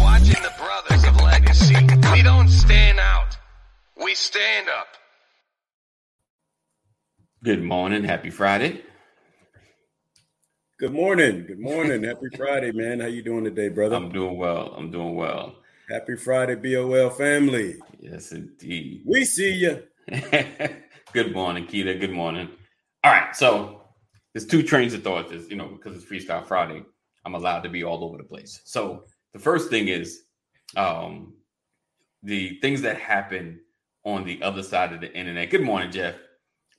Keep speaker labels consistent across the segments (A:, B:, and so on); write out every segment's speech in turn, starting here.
A: watching the Brothers of Legacy. We don't stand out, we stand up.
B: Good morning. Happy Friday.
C: Good morning. Good morning. Happy Friday, man. How you doing today, brother?
B: I'm doing well. I'm doing well.
C: Happy Friday, BOL family.
B: Yes, indeed.
C: We see you.
B: Good morning, Keita. Good morning. All right. So there's two trains of thought. There's, you know, because it's Freestyle Friday, I'm allowed to be all over the place. So the first thing is um, the things that happen on the other side of the internet. Good morning, Jeff.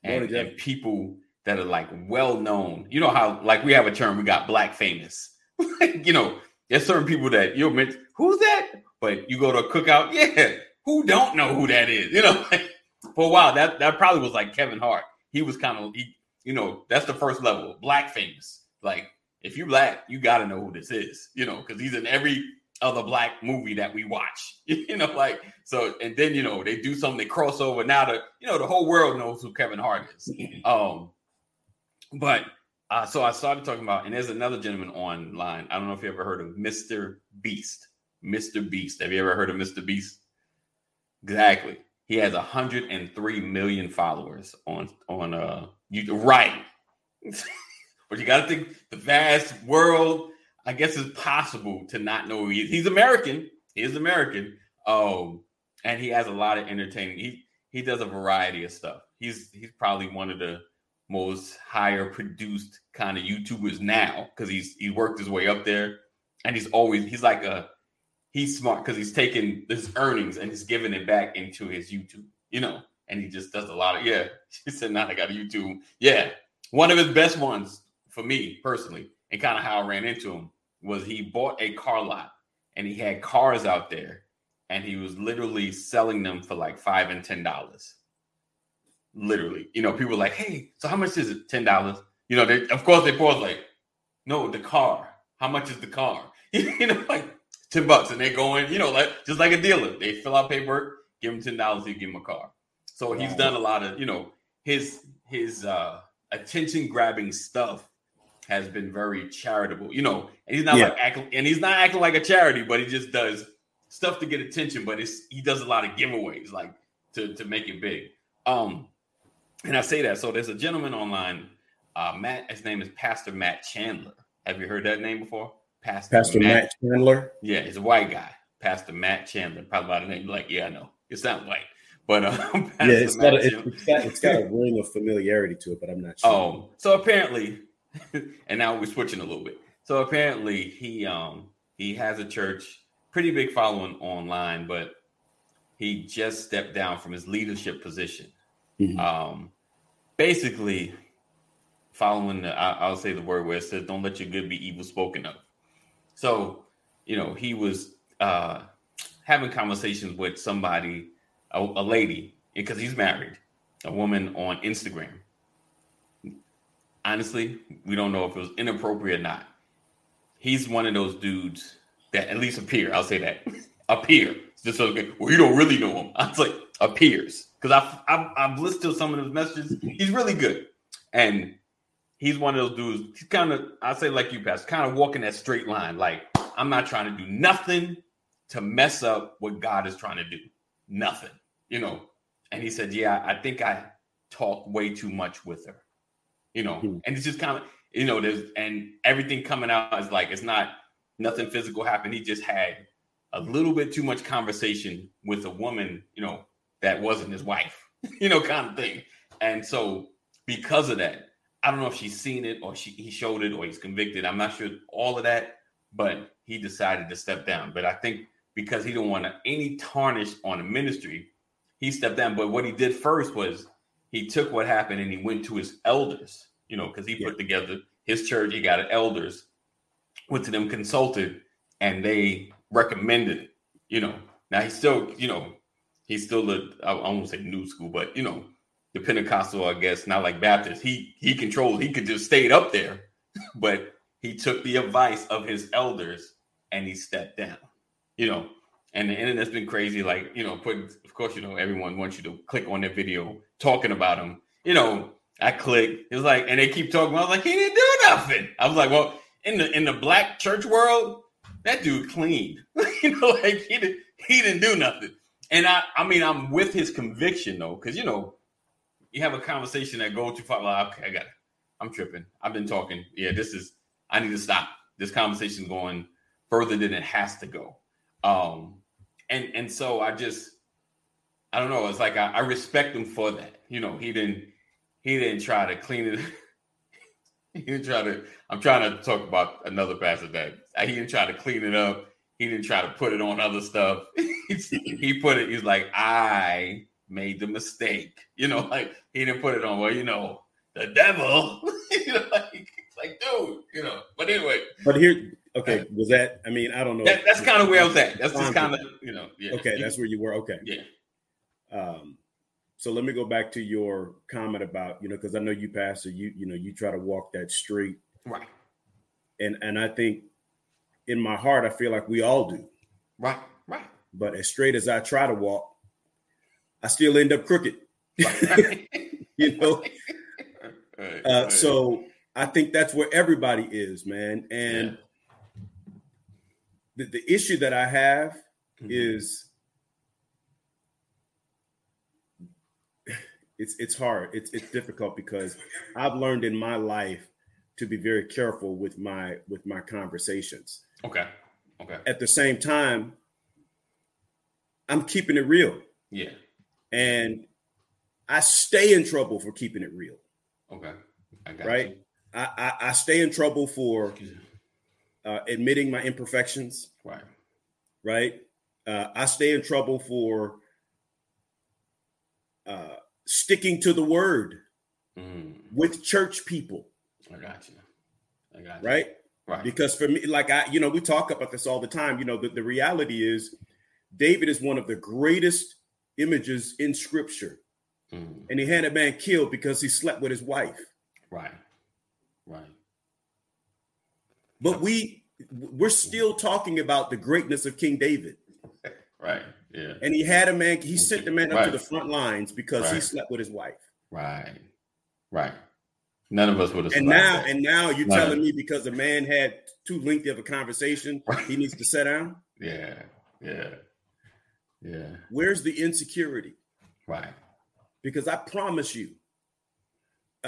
B: And,
C: Morning, Jeff.
B: and people that are like well known. You know how like we have a term we got black famous. like, you know, there's certain people that you'll mention, who's that? But you go to a cookout, yeah, who don't know who that is? You know, like, for a while that that probably was like Kevin Hart. He was kind of he, you know, that's the first level, black famous. Like if you black, you gotta know who this is, you know, because he's in every other black movie that we watch. you know, like so, and then you know they do something, they cross over. Now the you know the whole world knows who Kevin Hart is. Um, but uh, so I started talking about, and there's another gentleman online. I don't know if you ever heard of Mr. Beast. Mr. Beast. Have you ever heard of Mr. Beast? Exactly. He has 103 million followers on on uh you right. but you gotta think the vast world. I guess it's possible to not know who he is. He's American. He is American. Um, and he has a lot of entertaining. He he does a variety of stuff. He's he's probably one of the most higher produced kind of YouTubers now because he's he worked his way up there, and he's always he's like a he's smart because he's taking his earnings and he's giving it back into his YouTube, you know. And he just does a lot of yeah. He said, "Now I got a YouTube." Yeah, one of his best ones for me personally, and kind of how I ran into him was he bought a car lot and he had cars out there and he was literally selling them for like five and ten dollars. Literally, you know, people were like, "Hey, so how much is it? Ten dollars?" You know, they of course they pause like, "No, the car. How much is the car?" you know, like ten bucks, and they're going, you know, like just like a dealer, they fill out paperwork, give him ten dollars, he give him a car. So he's
C: Wow.
B: done a lot of, you know, his his uh attention grabbing stuff has been very charitable, you know, and he's not
C: Yeah.
B: like acting, and he's not acting like a charity, but he just does stuff to get attention, but it's he does a lot of giveaways like to to make it big. Um and I say that so there's a gentleman online, uh Matt his name is Pastor Matt Chandler. Have you heard that name before? Pastor,
C: Pastor Matt Chandler.
B: yeah, he's a white guy. Pastor Matt Chandler, probably by the name like, yeah, I know. It's not white. But um Pastor
C: yeah, it's got, a,
B: Matt
C: it's,
B: Chandler.
C: it's got, it's got a ring of familiarity to it, but I'm not sure.
B: Oh, so apparently, and now we're switching a little bit. So apparently, he um he has a church, pretty big following online, but he just stepped down from his leadership position.
C: Mhm.
B: Um, basically, following the I, I'll say the word where it says, "Don't let your good be evil spoken of." So, you know, he was uh having conversations with somebody, a, a lady, because he's married, a woman on Instagram honestly, we don't know if it was inappropriate or not. He's one of those dudes that at least appear. I'll say that appear. Just so well, you don't really know him. I was like appears because I've, I've I've listened to some of his messages. He's really good, and he's one of those dudes. He's kind of I say like you, Pastor, kind of walking that straight line. Like I'm not trying to do nothing to mess up what God is trying to do. Nothing, you know. And he said, "Yeah, I think I talked way too much with her." you know
C: Hmm.
B: and it's just kind of you know there's and everything coming out is like it's not nothing physical happened he just had a little bit too much conversation with a woman you know that wasn't his wife you know kind of thing and so because of that i don't know if she's seen it or she he showed it or he's convicted i'm not sure all of that but he decided to step down but i think because he didn't want any tarnish on the ministry he stepped down but what he did first was he took what happened and he went to his elders, you know, because he put together his church, he got an elders, went to them, consulted, and they recommended it, you know. Now he's still, you know, he's still the I I won't say new school, but you know, the Pentecostal, I guess, not like Baptist. He he controls, he could just stayed up there, but he took the advice of his elders and he stepped down, you know. And the internet's been crazy, like you know, putting. Of course, you know everyone wants you to click on their video talking about him. You know, I click. It was like, and they keep talking. I was like, he didn't do nothing. I was like, well, in the in the black church world, that dude clean. you know, like he didn't he didn't do nothing. And I I mean I'm with his conviction though, because you know, you have a conversation that go too far. Like, okay, I got it. I'm tripping. I've been talking. Yeah, this is I need to stop. This conversation's going further than it has to go. Um and and so I just I don't know. It's like I, I respect him for that. You know, he didn't he didn't try to clean it. he didn't try to. I'm trying to talk about another passer that uh, he didn't try to clean it up. He didn't try to put it on other stuff. he put it. He's like, I made the mistake. You know, like he didn't put it on. Well, you know, the devil. you know, like, like, dude. You know. But anyway,
C: But here, okay, was that? I mean, I don't know.
B: that, that's kind of where I was at. That's just kind of you know. Yeah.
C: Okay,
B: You-
C: that's where you were. Okay.
B: yeah.
C: Um, so let me go back to your comment about you know because I know you pastor you you know you try to walk that street
B: Right.
C: and and I think in my heart I feel like we all do
B: Right. Right.
C: but as straight as I try to walk I still end up crooked
B: right.
C: you know
B: Right,
C: uh,
B: right.
C: so I think that's where everybody is man and
B: Yeah. Mm-hmm.
C: the, the issue that I have is it's it's hard it's it's difficult because i've learned in my life to be very careful with my with my conversations
B: okay. Okay.
C: at the same time i'm keeping it real
B: Yeah.
C: and i stay in trouble for keeping it real
B: Okay. I got
C: Right? i i, I stay in trouble for
B: You.
C: uh, admitting my imperfections
B: Right.
C: right? Uh, I stay in trouble for uh, sticking to the word
B: Mm,
C: with church people,
B: I got you. I got you.
C: right?
B: Right.
C: Because for me, like I, you know, we talk about this all the time. You know, the, the reality is David is one of the greatest images in scripture,
B: Mm,
C: and he had a man killed because he slept with his wife.
B: right. Right.
C: But we, we're still talking about the greatness of King David.
B: Right. Yeah.
C: And he had a man, he sent the man up to
B: Right.
C: the front lines because he
B: Right.
C: slept with his wife.
B: Right. Right. None of us would have.
C: and
B: survived
C: now
B: that.
C: and now you're
B: Right.
C: telling me because a man had too lengthy of a conversation he needs to sit down
B: yeah. Yeah. Yeah.
C: where's the insecurity
B: Right.
C: because i promise you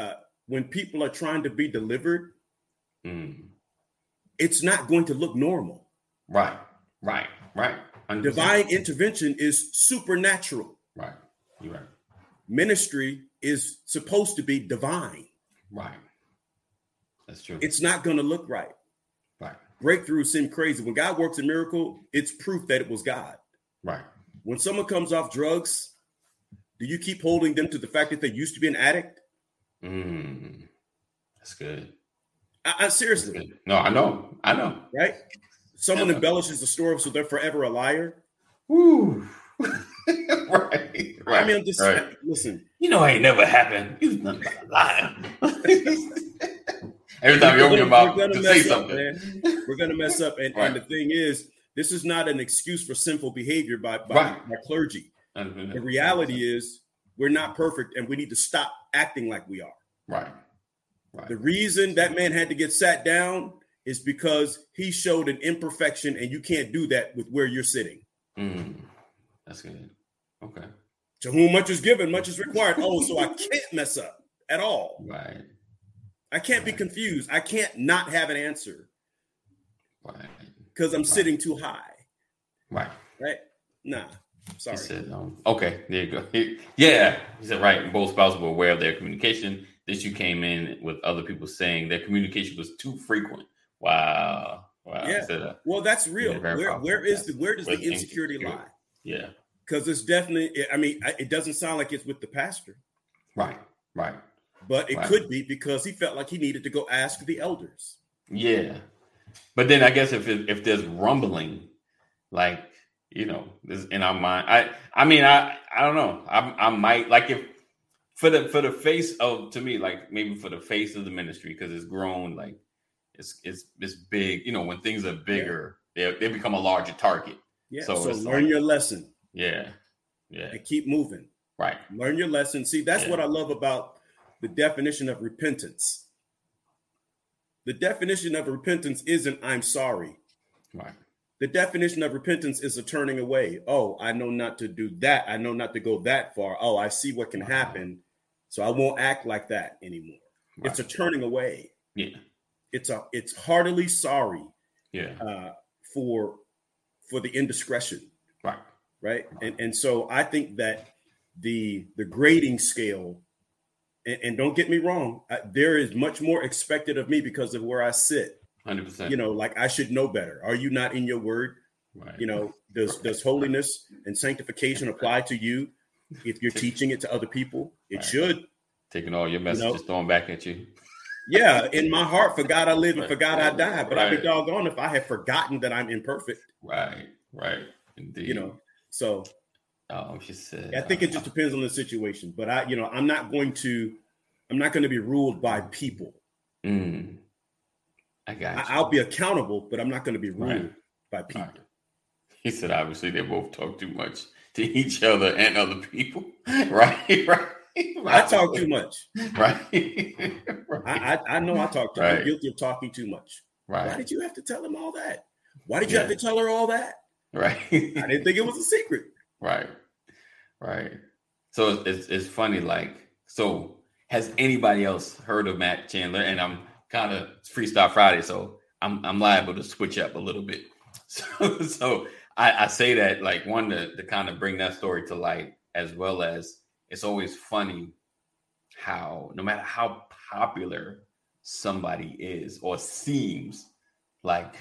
C: uh, when people are trying to be delivered
B: Mm,
C: it's not going to look normal
B: right. Right. Right. 100%.
C: divine intervention is supernatural
B: Right. You're right.
C: ministry is supposed to be divine
B: Right. That's true.
C: it's not going to look right
B: right.
C: breakthroughs seem crazy when god works a miracle it's proof that it was god
B: Right.
C: when someone comes off drugs do you keep holding them to the fact that they used to be an addict
B: Mm, that's good.
C: I, I
B: That's
C: seriously,
B: good. No, I know. I know.
C: right? Someone
B: Yeah.
C: embellishes the story, so they're forever a liar.
B: Woo. right, right.
C: I mean, I'm just
B: right.
C: listen.
B: you know, ain't never happened. You nothing but a liar. Every time you open your mouth
C: We're
B: to
C: gonna
B: say
C: mess up,
B: something,
C: man. We're gonna mess up, and, and
B: Right.
C: the thing is, this is not an excuse for sinful behavior by by,
B: Right.
C: by clergy.
B: And-
C: The reality is, we're not perfect, and we need to stop acting like we are.
B: right, right,
C: The reason that man had to get sat down is because he showed an imperfection, and you can't do that with where you're sitting.
B: Mm, that's good. Okay,
C: To whom much is given, much is required. Oh, so I can't mess up at all.
B: right,
C: I can't be
B: Right.
C: confused. I can't not have an answer
B: right,
C: because I'm
B: Right.
C: sitting too high,
B: right.
C: right? Nah,
B: He
C: sorry.
B: said, um, okay, there you go. He- yeah. He said, right. Both spouses were aware of their communication. This you came in with other people saying their communication was too frequent. Wow. Wow. He
C: Yeah.
B: said, uh,
C: Well, that's real.
B: Yeah, very
C: Where
B: powerful.
C: where is the where does the
B: Where's the
C: insecurity
B: insecurity?
C: lie?
B: yeah.
C: Because it's definitely. I mean, I- it doesn't sound like it's with the pastor,
B: Right. Right.
C: but it
B: Right.
C: could be because he felt like he needed to go ask the elders.
B: Yeah. But then I guess if it, if there's rumbling, like you know, this in our mind. I I mean I I don't know. I I might like if for the for the face of to me like maybe for the face of the ministry because it's grown like it's it's it's big. You know, when things are bigger, they they become a larger target.
C: Yeah. So,
B: So it's
C: learn
B: like-
C: your lesson
B: Yeah. Yeah.
C: and keep moving.
B: Right.
C: Learn your lesson. See, that's
B: Yeah.
C: what I love about the definition of repentance. The definition of repentance isn't "I'm sorry."
B: Right.
C: The definition of repentance is a turning away. Oh, I know not to do that. I know not to go that far. Oh, I see what can happen. So I won't act like that anymore.
B: Right.
C: It's a turning away.
B: Yeah.
C: It's a it's heartily sorry
B: Yeah.
C: uh, for for the indiscretion,
B: Right.
C: right? And and so I think that the the grading scale, and, and don't get me wrong, I, there is much more expected of me because of where I sit.
B: Hundred percent.
C: You know, like I should know better. Are you not in your word?
B: Right.
C: You know, does does holiness and sanctification apply to you if you're teaching it to other people? It
B: Right.
C: should.
B: taking all your messages, throwing back at you.
C: Yeah, in my heart, for God I live and for
B: Right.
C: God I die. But I'd
B: Right.
C: be doggone if I had forgotten that I'm imperfect.
B: Right. Right. Indeed.
C: You know, so
B: Um, she said.
C: I think it just depends on the situation, but I, you know, I'm not going to, I'm not going to be ruled by people.
B: Mm. I got.
C: I,
B: you.
C: I'll be accountable, but I'm not going to be ruled
B: Right.
C: by people.
B: Right. He said, obviously, they both talk too much to each other and other people. right. Right.
C: I talk too much.
B: Right. right.
C: I, I, I know I talk too.
B: Right.
C: I'm guilty of talking too much. Why
B: right.
C: did you have to tell him all that? Why did you have
B: Yeah.
C: to tell her all that?
B: Right.
C: I didn't think it was a secret.
B: Right. Right. So it's, it's it's funny, like, so has anybody else heard of Matt Chandler? And I'm kind of freestyle Friday, so I'm I'm liable to switch up a little bit. So so I, I say that like one to, to kind of bring that story to light, as well as it's always funny how no matter how popular somebody is or seems like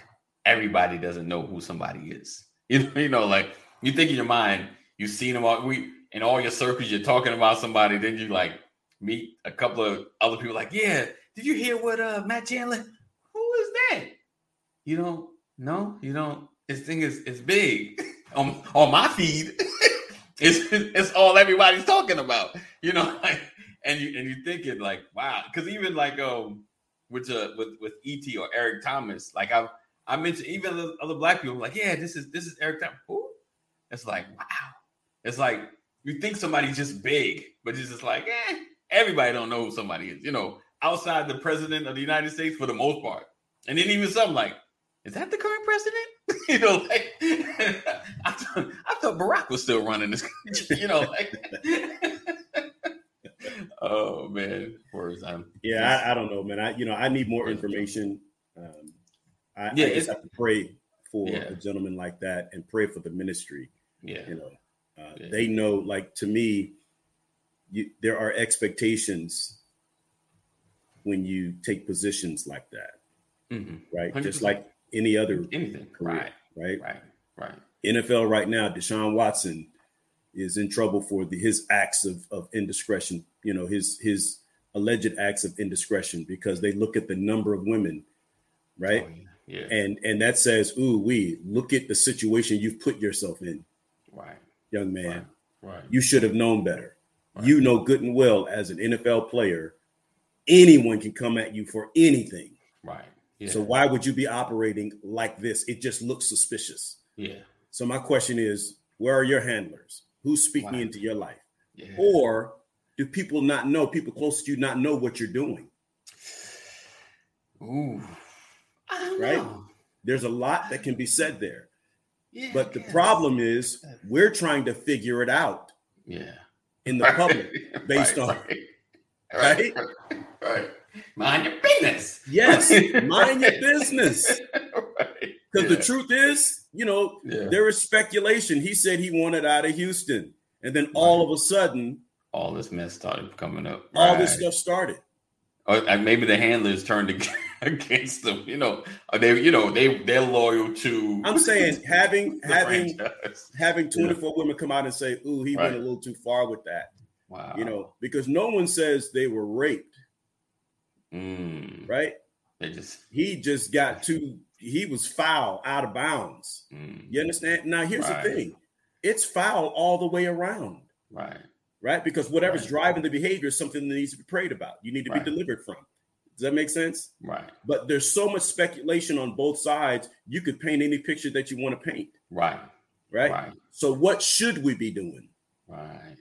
B: everybody doesn't know who somebody is. You know, you know, like you think in your mind, you've seen them all we in all your circles, you're talking about somebody, then you like meet a couple of other people, like, yeah, did you hear what uh Matt Chandler? Who is that? You don't no, you don't. This thing is it's big on on my feed. it's it's all everybody's talking about. You know, like and you and you thinking like, wow, because even like um with uh with with ET or Eric Thomas, like I've I mentioned even the other black people like, yeah, this is this is Eric Thomas. Who? It's like wow. It's like you think somebody's just big, but it's just like eh, everybody don't know who somebody is. You know, outside the president of the United States for the most part, and then even some like, is that the current president? you know, like I thought, I thought Barack was still running this country. You know, like. oh man, um, words. I'm
C: Yeah, I, I don't know, man. I, you know, I need more information. Um, I,
B: Yeah,
C: I just
B: it's-
C: have to pray for
B: Yeah.
C: a gentleman like that and pray for the ministry.
B: yeah,
C: you know uh,
B: Yeah.
C: they know like to me you, there are expectations when you take positions like that
B: Mhm.
C: right just
B: 100%.
C: like any other
B: anything.
C: career
B: Right,
C: right
B: right, right.
C: nfl right now deshaun watson is in trouble for the, his acts of, of indiscretion you know his his alleged acts of indiscretion because they look at the number of women right
B: Oh, yeah. yeah.
C: and and that says ooh we look at the situation you've put yourself in
B: Right.
C: young man
B: Right. Right.
C: You should have known better.
B: Right.
C: You know good and well as an NFL player, anyone can come at you for anything.
B: Right. Yeah.
C: So why would you be operating like this? It just looks suspicious.
B: yeah.
C: So my question is, where are your handlers? Who's speaking
B: Wow.
C: into your life?
B: Yeah.
C: Or do people not know, people close to you not know what you're doing?
B: Ooh. I don't
C: Right?
B: know.
C: There's a lot that can be said there.
B: Yeah, I
C: But the
B: guess.
C: problem is we're trying to figure it out
B: Yeah.
C: in the public. based on-
B: Right. Right. right. Mind your business.
C: Yes, mind your business.
B: right.
C: Because the truth is, you know,
B: Yeah.
C: There is speculation. He said he wanted out of Houston. And then all of a sudden,
B: All this mess started coming up.
C: all this
B: Right.
C: stuff started.
B: or and maybe the handlers turned ag- against them. You know, Or they you know they they're loyal to.
C: I'm saying having
B: the
C: having
B: franchise.
C: having 24 women come out and say, ooh, he
B: Right. Uh-uh.
C: went a little too far with that.
B: Wow.
C: You know, because no one says they were raped,
B: Mm,
C: right?
B: They just.
C: He just got too he was foul out of bounds.
B: Mm,
C: You understand? Now here's
B: Right.
C: the thing. It's foul all the way around,
B: Right.
C: right? Because whatever's
B: Right.
C: driving the behavior is something that needs to be prayed about. You need to
B: Right.
C: be delivered from. Does that make sense?
B: Right.
C: but there's so much speculation on both sides you could paint any picture that you want to paint
B: Right.
C: right,
B: Right.
C: so what should we be doing
B: Right.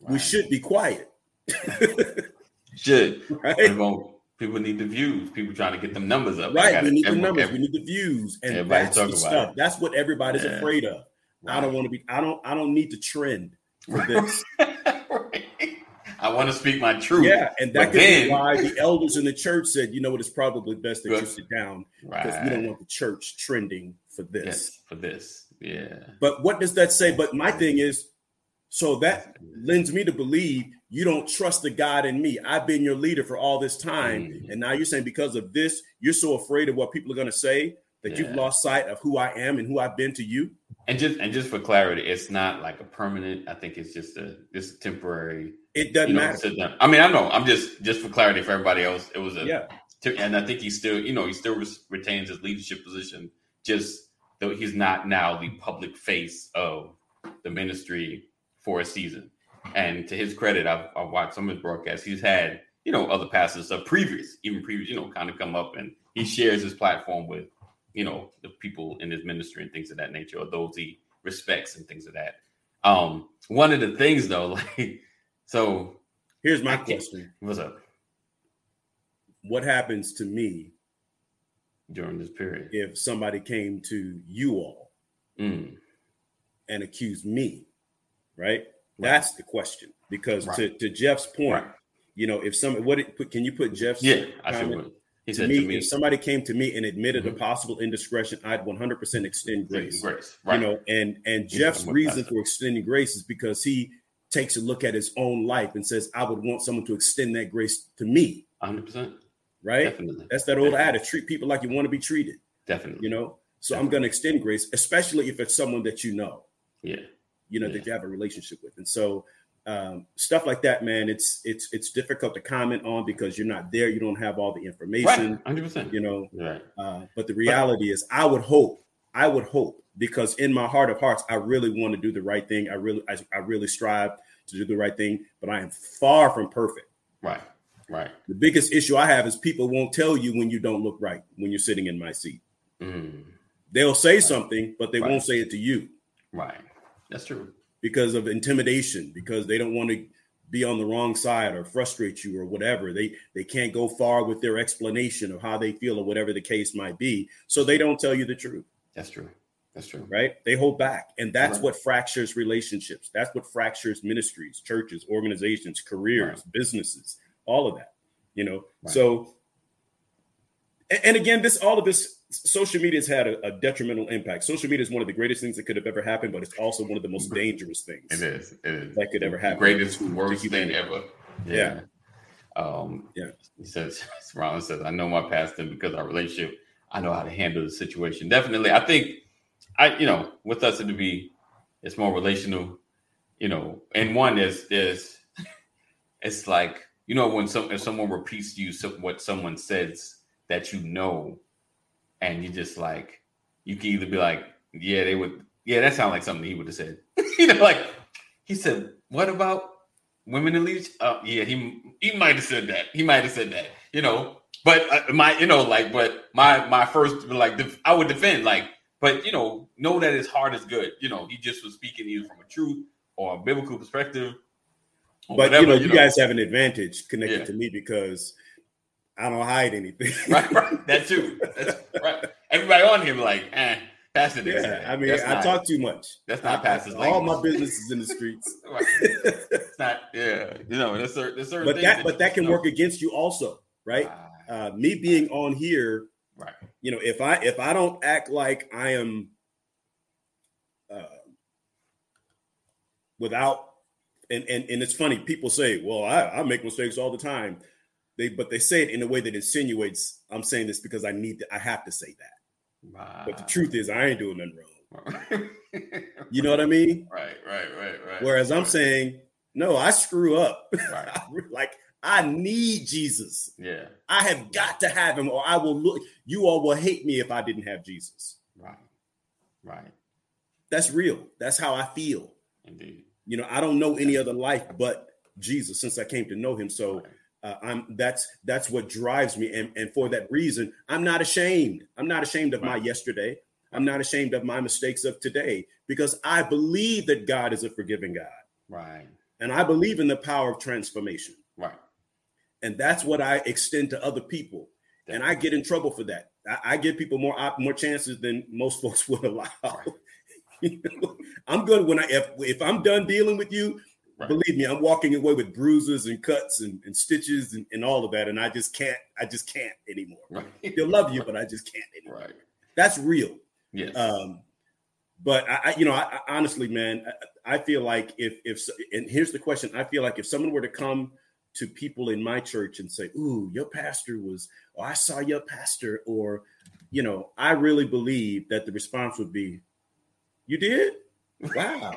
C: we
B: right.
C: should be quiet
B: should.
C: right
B: We're gonna, People need the views. People trying to get them numbers up. I
C: Right.
B: got
C: We
B: it.
C: need the
B: Every-
C: numbers.
B: every-
C: we need the views. And
B: everybody
C: that's the
B: talk about
C: stuff. That's what everybody's
B: Yeah.
C: afraid of. I don't want to be. I don't. I don't need to trend for this.
B: Right. I want to speak my truth.
C: yeah, and that
B: But
C: could
B: then-
C: be why the elders in the church said, you know what, it's probably best that you
B: Good.
C: sit down because
B: Right.
C: we don't want the church trending for this.
B: yes. For this. Yeah.
C: But what does that say? But my thing is, so that lends me to believe you don't trust the God in me. I've been your leader for all this time.
B: Mhm.
C: And now you're saying because of this, you're so afraid of what people are going to say that
B: Yeah.
C: you've lost sight of who I am and who I've been to you.
B: And just and just for clarity, it's not like a permanent. I think it's just a just a temporary.
C: It doesn't
B: You know,
C: matter.
B: sit down. I mean, I know. I'm just just for clarity for everybody else. It was a
C: Yeah.
B: to- and I think he still, you know, he still res- retains his leadership position, just though he's not now the public face of the ministry for a season. And to his credit, I've, I've watched some of his broadcasts. He's had, you know, other pastors of previous, even previous, you know, kind of come up and he shares his platform with, you know, the people in his ministry and things of that nature, or those he respects and things of that. Um, one of the things though, like, so
C: Here's my
B: I can't-
C: question
B: what's up
C: What happens to me
B: during this period?
C: if somebody came to you all
B: Mm,
C: and accused me? Right? That's the question. Because to, to Jeff's point,
B: Right.
C: you know, if some, what it, can you put Jeff's
B: Yeah, I see
C: comment?
B: what he
C: to
B: said
C: me,
B: to me.
C: if somebody came to me and admitted
B: Mhm.
C: a possible indiscretion, I'd 100% extend grace.
B: Grace, right?
C: You know, and and
B: Yeah,
C: Jeff's
B: I'm with
C: reason
B: that.
C: for extending grace is because he takes a look at his own life and says, "I would want someone to extend that grace to me."
B: hundred percent,
C: Right?
B: definitely,
C: That's that old
B: Definitely.
C: adage: treat people like you want to be treated.
B: definitely.
C: You know, so I'm going to extend grace, especially if it's someone that you know,
B: Yeah,
C: you know,
B: Yeah.
C: that you have a relationship with, and so. Um, stuff like that, man. It's it's it's difficult to comment on because you're not there. You don't have all the information.
B: right, hundred percent.
C: You know,
B: Right,
C: Uh, but the reality is, I would hope, I would hope, because in my heart of hearts, I really want to do the right thing. I really, I, I really strive to do the right thing, but I am far from perfect.
B: right, right.
C: The biggest issue I have is people won't tell you when you don't look right when you're sitting in my seat.
B: Mm,
C: They'll say something, but they
B: Right.
C: won't say it to you
B: right, that's true.
C: because of intimidation, because they don't want to be on the wrong side or frustrate you or whatever. They they can't go far with their explanation of how they feel or whatever the case might be. So they don't tell you the truth.
B: That's true. That's true.
C: right? They hold back. And that's
B: Right.
C: what fractures relationships. That's what fractures ministries, churches, organizations, careers, businesses, all of that, you know?
B: Right.
C: So, a- and again, this, all of this, social media has had a, a detrimental impact. Social media is one of the greatest things that could have ever happened, but it's also one of the most dangerous things.
B: It is. It is.
C: That could ever
B: The
C: happen
B: Greatest,
C: to- to
B: worst thing
C: humanity.
B: ever.
C: Yeah.
B: Um,
C: Yeah.
B: He says, Ron says, I know my past and because our relationship, I know how to handle the situation. Definitely. I think, I, you know, with us, it'd be, it's more relational, you know, and one is, is, it's like, you know, when some, if someone repeats to you some, what someone says that you know, and you just like, you can either be like, yeah, they would, yeah, that sounds like something he would have said. you know, like he said, what about women in leadership? Uh, yeah, he he might have said that. He might have said that. You know, but uh, my you know like, but my my first like def- I would defend like, but you know, know that his heart is good. You know, he just was speaking either from a truth or a biblical perspective. or
C: But, you know, you, guys have an advantage connected
B: Yeah.
C: to me because I don't hide anything.
B: right, right, that too. That's right. Everybody on him like, eh, Pastor didn't say
C: yeah.
B: that.
C: I mean,
B: That's
C: I
B: not-
C: talk too much.
B: That's not
C: I- I-
B: Pastor's
C: All
B: language.
C: my business is in the streets.
B: Right. It's not. Yeah, you know, there's certain, there's certain
C: but
B: things
C: that but
B: you
C: that can
B: know.
C: work against you also right
B: Ah,
C: uh, me being on here
B: right.
C: you know if i if i don't act like i am uh, without and, and and it's funny people say well I, I make mistakes all the time they but they say it in a way that insinuates i'm saying this because i need to i have to say that but the
B: Ah.
C: truth is i ain't doing nothing wrong
B: right,
C: you know what i mean
B: right, right, right.
C: whereas i'm
B: right,
C: saying no i screw up
B: right.
C: like i need jesus
B: yeah,
C: I have got to have him, or I will look. You all will hate me if I didn't have Jesus.
B: right, right,
C: That's real. That's how I feel.
B: indeed.
C: You know, I don't know any other life but Jesus since I came to know Him. So
B: Right.
C: uh, I'm that's that's what drives me, and and for that reason, I'm not ashamed. I'm not ashamed of my
B: Right.
C: yesterday. I'm not ashamed of my mistakes of today because I believe that God is a forgiving God,
B: right,
C: and I believe in the power of transformation.
B: right,
C: and that's what I extend to other people. And I get in trouble for that. I, I give people more op- more chances than most folks would allow. you know? I'm good when I if, if I'm done dealing with you,
B: Right.
C: believe me, I'm walking away with bruises and cuts and, and stitches and, and all of that, and I just can't. I just can't anymore.
B: Right.
C: They'll love you, but I just can't anymore.
B: right.
C: That's real.
B: Yes.
C: Um, but I, I you know, I, I honestly, man, I, I feel like if if and here's the question: I feel like if someone were to come to people in my church and say, "Ooh, your pastor was," or "I saw your pastor," or you know, I really believe that the response would be, "You did? Wow.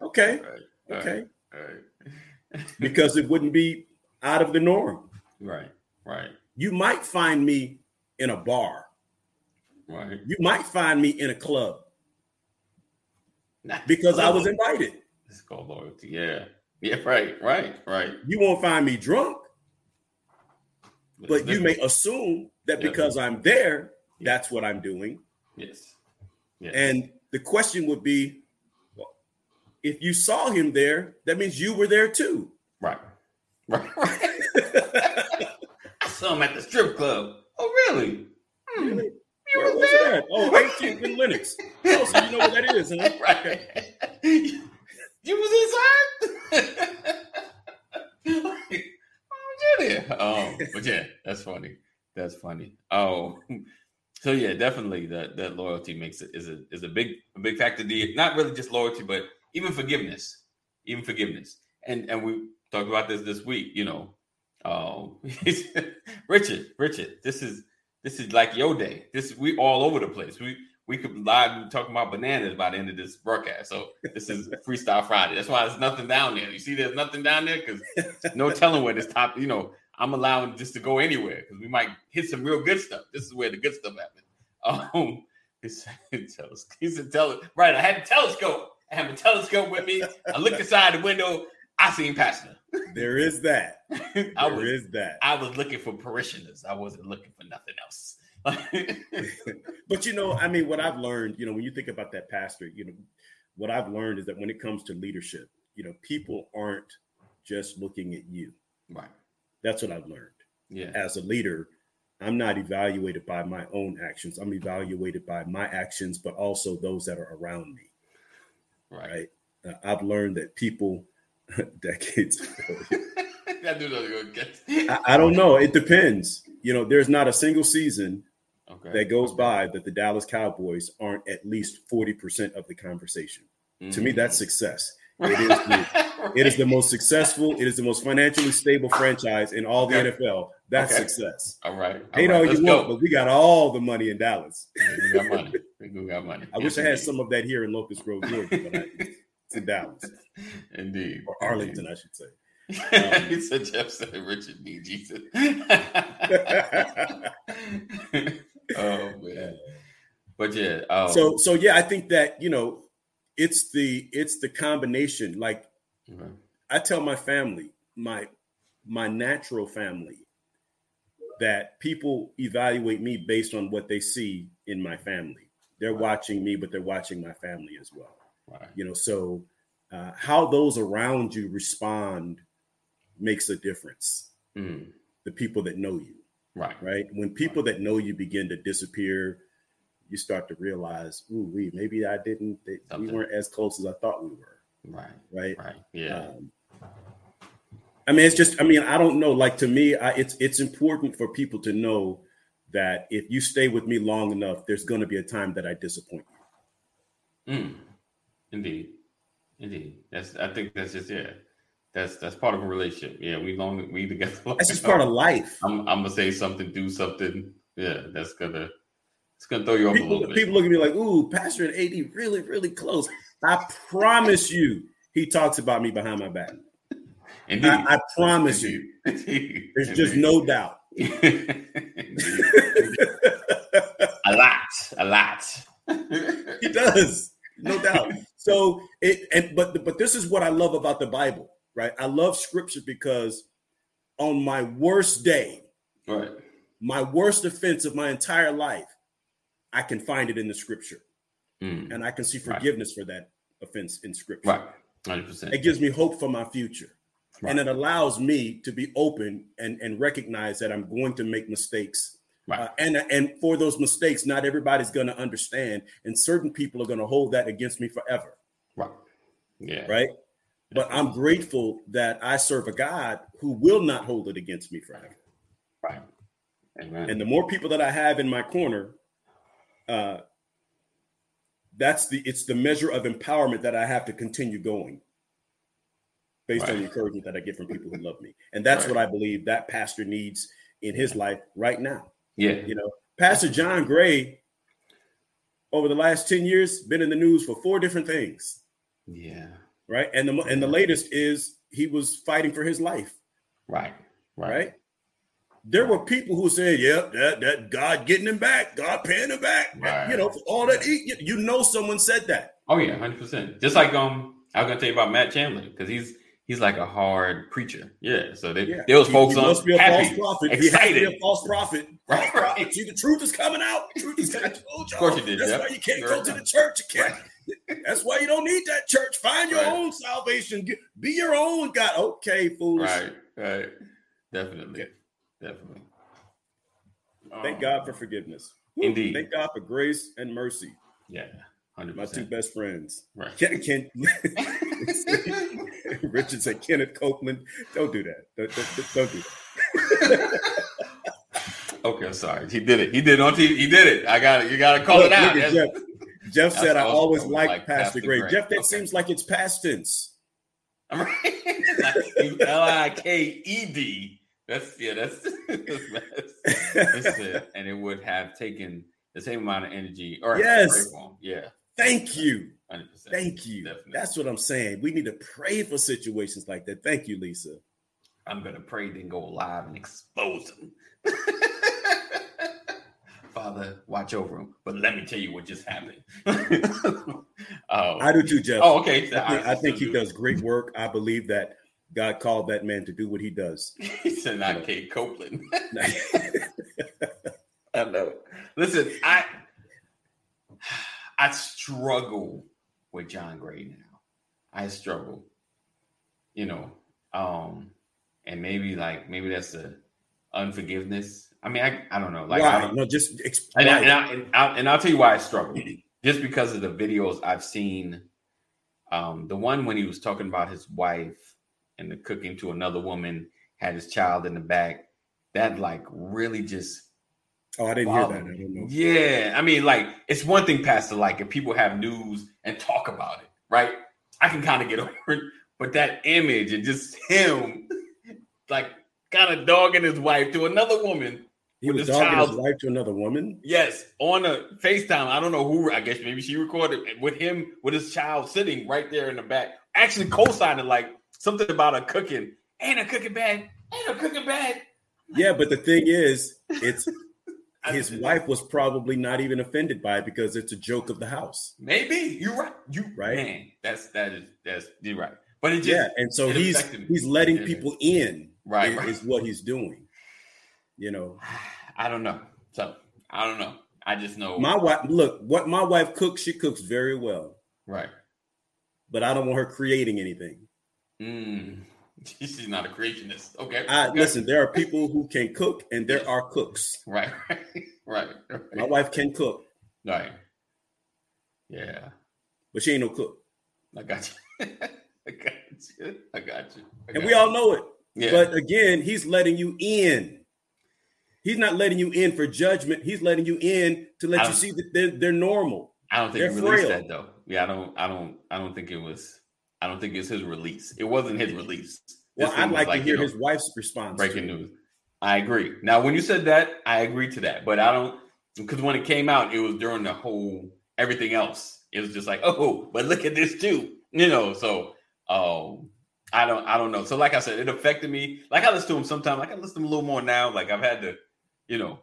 C: okay,
B: Right.
C: okay."
B: Right.
C: Because it wouldn't be out of the norm.
B: Right. Right.
C: You might find me in a bar.
B: Right.
C: You might find me in a club
B: Nah.
C: because I was invited.
B: It's called loyalty. Yeah. Yeah. Right. Right. Right.
C: You won't find me drunk, but you may assume that
B: Yeah.
C: because I'm there,
B: Yeah.
C: that's what I'm doing.
B: Yes. Yeah.
C: And the question would be well, if you saw him there, that means you were there too.
B: right. Right. Right. I saw him at the strip club. Oh, really? Hmm.
C: Really?
B: You
C: Where
B: were
C: was
B: there?
C: that? Oh, 18th and Lennox. Oh, so you know what that is, huh?
B: Right. You was inside? Like, How was you there? Um, but yeah, that's funny. That's funny. Oh, so yeah, definitely that that loyalty makes it is a is a big a big factor. The not really just loyalty, but even forgiveness, even forgiveness. And and we talked about this this week. You know, um, Richard, Richard, this is this is like your day. This we all over the place. We we could live and talking about bananas by the end of this broadcast. So this is Freestyle Friday. That's why there's nothing down there. You see, there's nothing down there because no telling where this top. You know, I'm allowing this to go anywhere because we might hit some real good stuff. This is where the good stuff happens. Um, it's telescope. He's a tele. Right, I had a telescope. I had a telescope with me. I looked inside the window. I seen pastor.
C: There is that.
B: I
C: There
B: was
C: is that.
B: I was looking for parishioners. I wasn't looking for nothing else.
C: But you know, I mean, what I've learned, you know, when you think about that pastor, you know, what I've learned is that when it comes to leadership, you know, people aren't just looking at you.
B: right.
C: That's what I've learned.
B: Yeah.
C: As a leader, I'm not evaluated by my own actions. I'm evaluated by my actions, but also those that are around me.
B: Right.
C: Uh, I've learned that people decades ago,
B: that dude doesn't go get.
C: I, I don't know. It depends. You know, there's not a single season
B: Okay.
C: that goes by that the Dallas Cowboys aren't at least 40% of the conversation. To
B: Mm. Mm-hmm.
C: me, that's success. It is the, it is the most successful, it is the most financially stable franchise in all the
B: Okay.
C: NFL. That's
B: Okay.
C: success.
B: All right. All
C: Hate
B: right,
C: all
B: let's
C: you want,
B: go.
C: but we got all the money in Dallas.
B: We got money. We got money.
C: I wish I had some of that here in Locust Grove, Georgia, but I, it's in Dallas
B: Indeed.
C: or Arlington, I should say. Um,
B: It's a Jeff said Richard B. Jesus. oh man. But yeah. Um,
C: so, so yeah, I think that you know, it's the it's the combination. Like
B: okay.
C: I tell my family, my my natural family, that people evaluate me based on what they see in my family. They're watching me, but they're watching my family as well.
B: Right.
C: You know, so uh, how those around you respond makes a difference.
B: Mm,
C: The people that know you,
B: right.
C: right? When people that know you begin to disappear, you start to realize, ooh, we maybe I didn't. They, we
B: Something.
C: weren't as close as I thought we were,
B: Right.
C: right?
B: Right. Yeah.
C: Um, I mean, it's just, I mean, I don't know. Like to me, I, it's it's important for people to know that if you stay with me long enough, there's going to be a time that I disappoint you.
B: Mm. Indeed. Indeed. That's I think that's just yeah. That's that's part of a relationship. Yeah, we long we together. long
C: That's just
B: enough.
C: part of life.
B: I'm I'm gonna say something, do something. Yeah, that's gonna it's gonna throw you off a
C: People,
B: little bit.
C: people look at me like, "Ooh, Pastor and AD really, really close." I promise you, he talks about me behind my back.
B: Indeed.
C: I, I promise you.
B: Indeed.
C: There's just
B: Indeed.
C: no doubt.
B: a lot, a lot.
C: He does, no doubt. So it and but but this is what I love about the Bible, right? I love scripture because on my worst day,
B: right.
C: my worst offense of my entire life, I can find it in the scripture.
B: Mm.
C: And I can see
B: Right.
C: forgiveness for that offense in scripture.
B: Right. Hundred percent.
C: It gives me hope for my future. Right. And it allows me to be open and, and recognize that I'm going to make mistakes. Right. Uh, and, and for those mistakes, not everybody's going to understand. And certain people are going to hold that against me forever.
B: Right. Yeah.
C: Right. Yeah. But I'm grateful that I serve a God who will not hold it against me forever.
B: Right.
C: Amen. And the more people that I have in my corner, uh, that's the it's the measure of empowerment that I have to continue going based right. on the encouragement that I get from people who love me. And that's right. what I believe that pastor needs in his life right now.
B: Yeah.
C: You know, Pastor John Gray over the last 10 years been in the news for four different things.
B: Yeah.
C: Right? And the and the latest is he was fighting for his life.
B: Right.
C: Right. right? There were people who said, "Yep, yeah, that that God getting him back, God paying him back." You know, all that you know, someone said that.
B: Oh yeah, hundred percent. Just like um, I was gonna tell you about Matt Chandler because he's he's like a hard preacher. Yeah. So they, yeah. there was folks
C: he,
B: he
C: must be a happy, false prophet. Excited. He has to be a false prophet. Right, right. See, the truth is coming out. The truth is coming out. Oh,
B: Of course you did.
C: That's yep. why you can't sure. go to the church. You can't. Right. That's why you don't need that church. Find your right. own salvation. Be your own God. Okay, fools.
B: Right. Right. Definitely. Okay. Definitely.
C: Thank um, God for forgiveness.
B: Indeed.
C: Thank God for grace and mercy.
B: Yeah.
C: 100%. My two best friends.
B: Right.
C: Ken, Ken, Richard said, Kenneth Copeland. Don't do that. Don't, don't, don't do that.
B: okay, I'm sorry. He did it. He did it on TV. He did it. I got it. You got to call look, it out.
C: Jeff, Jeff said, I always, always like, like Pastor, Pastor Gray. Gray. Jeff, that okay. seems like it's past tense.
B: L I K E D. That's yeah. That's, that's, that's it. And it would have taken the same amount of energy. Or
C: yes,
B: yeah.
C: Thank you. 100%. Thank you. Definitely. That's what I'm saying. We need to pray for situations like that. Thank you, Lisa.
B: I'm gonna pray, then go live and expose them. Father, watch over him. But let me tell you what just happened.
C: um, I do too, Jeff.
B: Oh, okay.
C: So I think, I think he do. does great work. I believe that God called that man to do what he does.
B: he said, "Not you Kate Copeland." I know. Listen, I I struggle with John Gray now. I struggle, you know, um, and maybe like maybe that's a unforgiveness. I mean, I, I don't know. Like,
C: why?
B: I
C: no, just
B: explain. And, I, and, I, and, I, will tell you why I struggle. Just because of the videos I've seen, um, the one when he was talking about his wife and the cooking to another woman had his child in the back. That like really just
C: Oh, I didn't wow. hear that. I didn't know.
B: Yeah, I mean, like it's one thing, Pastor. Like if people have news and talk about it, right? I can kind of get over it, but that image and just him, like, kind of dogging his wife to another woman.
C: He was dogging child. his wife to another woman.
B: Yes, on a Facetime. I don't know who. I guess maybe she recorded with him with his child sitting right there in the back, actually co-signing like something about a cooking. Ain't a cooking bad. Ain't a cooking bad.
C: Yeah, but the thing is, it's. his wife was probably not even offended by it because it's a joke of the house.
B: Maybe you're right. You
C: right?
B: Man, that's that is that's you're right. But it just,
C: yeah, and so he's he's letting people in.
B: Right
C: is,
B: right,
C: is what he's doing. You know,
B: I don't know. So I don't know. I just know
C: my wife. Look, what my wife cooks, she cooks very well.
B: Right,
C: but I don't want her creating anything.
B: Mm. She's not a creationist. Okay.
C: I, listen, there are people who can cook and there are cooks.
B: Right. Right. Right. right.
C: My wife can cook.
B: Right. Yeah.
C: But she ain't no cook.
B: I got you. I got you. I got you. I
C: and got we you. all know it. Yeah. But again, he's letting you in. He's not letting you in for judgment. He's letting you in to let you see that they're, they're normal.
B: I don't think
C: they're
B: he released frail. that though. Yeah, I don't I don't I don't think it was I don't think it's his release. It wasn't his release.
C: This well, I'd like, like, to hear you know, his wife's response.
B: Breaking news. I agree. Now, when you said that, I agree to that, but I don't because when it came out, it was during the whole everything else. It was just like, oh, but look at this too, you know. So, um, I don't, I don't know. So, like I said, it affected me. Like I listen to him sometimes. Like I listen to him a little more now. Like I've had to, you know,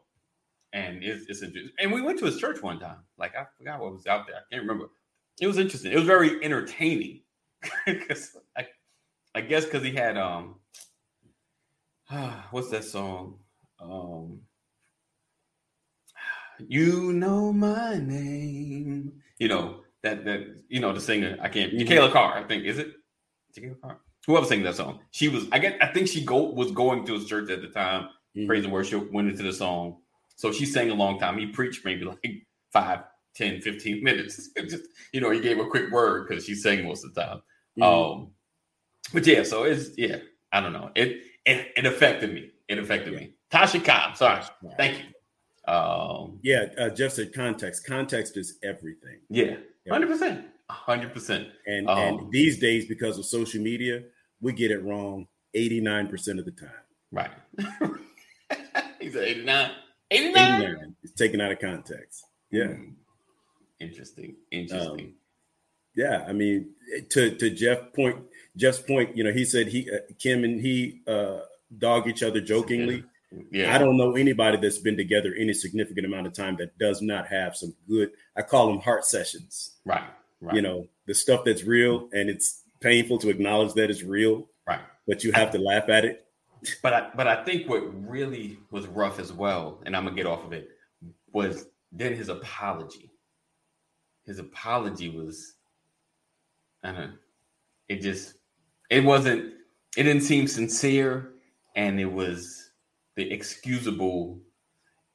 B: and it's, it's interesting. And we went to his church one time. Like I forgot what was out there. I can't remember. It was interesting. It was very entertaining because I, I, guess because he had um, what's that song? Um, you know my name. You know that that you know the singer. I can't. Mm-hmm. Carr, I think is it? Michaela Carr. whoever sang that song. She was, I guess, I think she go was going to his church at the time.
C: Mhm.
B: Praise and worship went into the song, so she sang a long time. He preached maybe like five, 10, 15 minutes. Just, you know, he gave a quick word because she sang most of the time.
C: Oh, Mm-hmm.
B: Um, but yeah, so it's yeah, I don't know. It it, it affected me. It affected me. Tasha Cobb, sorry,
C: Right.
B: thank you. Um,
C: yeah, uh, Jeff said context. Context is everything.
B: yeah,
C: Yeah.
B: hundred percent, hundred percent.
C: And
B: Um,
C: and these days, because of social media, we get it wrong 89% of the time.
B: Right. He's at 89. 89?
C: 89 is taken out of context. Yeah.
B: Hmm. Interesting. Interesting.
C: Um, Yeah. I mean, eh, to to Jeff point Jeff's point, you know, he said he uh, Kim and he uh dog each other jokingly.
B: yeah.
C: Um, I don't know anybody that's been together any significant amount of time that does not have some good I call them heart sessions.
B: right. Right.
C: You know, the stuff that's real and it's painful to acknowledge that it's real,
B: Right.
C: but you have to laugh at it.
B: But I but I think what really was rough as well, and I'm gonna get off of it, was then his apology. His apology was I don't know. It just it wasn't it didn't seem sincere and it was the excusable